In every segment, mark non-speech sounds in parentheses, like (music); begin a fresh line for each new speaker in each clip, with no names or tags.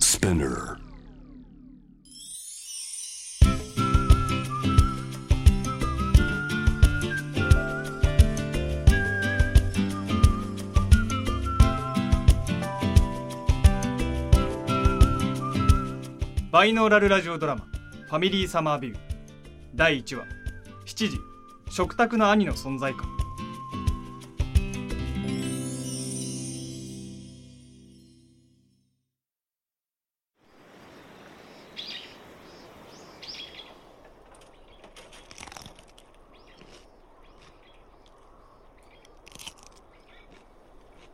Spinner.
バイノーラルラジオドラマ「ファミリーサマービュー」第1話7時食卓の兄の存在感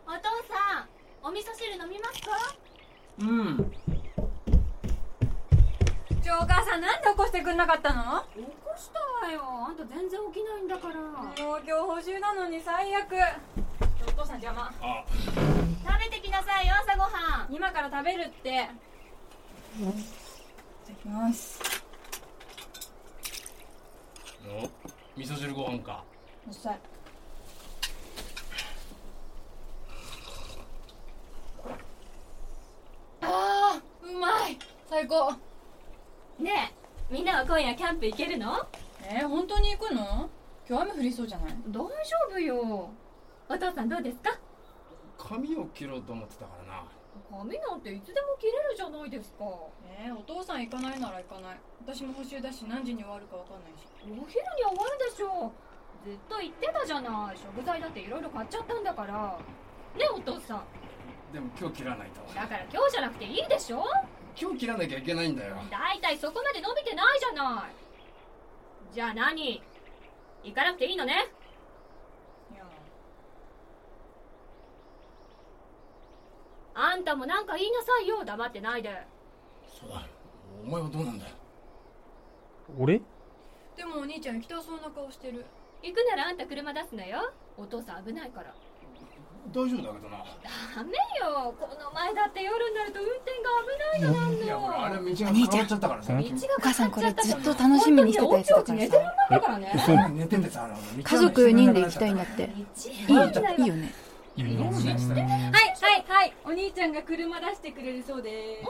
お父さんお味噌汁飲みますか
うん
ちょお母さんなんで起こしてくんなかったの起こしたわよあんた全然起きないんだからもう今日補習なのに最悪お父さん邪魔食べてきなさいよ朝ごはん今から食べるっていただきます
お味噌汁ご飯か
おさいあーうまい最高ねえみんなは今夜キャンプ行けるの
えー、本当に行くの今日雨降りそうじゃない
大丈夫よお父さんどうですか
髪を切ろうと思ってたからな
髪なんていつでも切れるじゃないですかお
えー、お父さん行かないなら行かない私も補習だし何時に終わるか分かんないし
昼に終わるでしょうずっと言ってたじゃない食材だっていろいろ買っちゃったんだからねお父さん
でも今日切らないと
だから今日じゃなくていいでしょ
今日切らなきゃいけないんだよ
だいたいそこまで伸びてないじゃないじゃあ何行かなくていいのね
いや
あんたもなんか言いなさいよ黙ってないで
そうだよお前はどうなんだよ
俺
でもお兄ちゃん行きたそうな顔してる
行くならあんた車出すなよお父さん危ないから
大丈夫だけどな
ダメよこの前だって夜になると運転が危ないのなんの
いやほらあれ道が変わっちゃったからさ
お兄
道が
お母さんこれ
変わっち
ず
ゃ
ったと楽しみにしてたやつだ
おちお
から
ち寝てる
さ
前だからね
嘘
寝てんでさあの道が
家族4人で行きたいんだっていい
一
よ
番だよ
いいよね
い
どうしたらいい
はいはいはいお兄ちゃんが車出してくれるそうで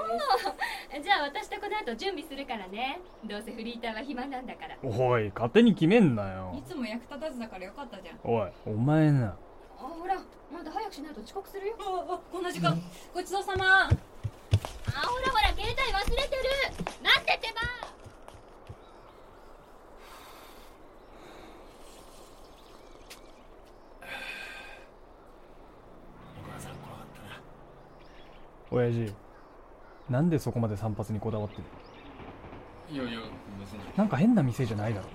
す
(laughs) じゃあ私とこの後準備するからねどうせフリーターは暇なんだから
おい勝手に決めんなよ
いつも役立たずだからよかったじゃん
おいお前な
あほらまだ早くしないと遅刻するよ
ああこんな時間ごちそうさま
あほらほら携帯忘れてる待っててば
お母さん来なかったな
親父なんでそこまで散髪にこだわってる
いやいや別に
なんか変な店じゃないだろ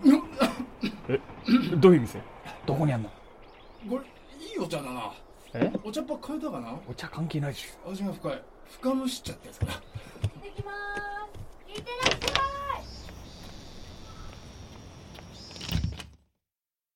えどういう店どこにあんの
これいいお茶だな
え
お茶っ葉変えたかな
お茶関係ないでし
味が深い深蒸し茶ってやつかな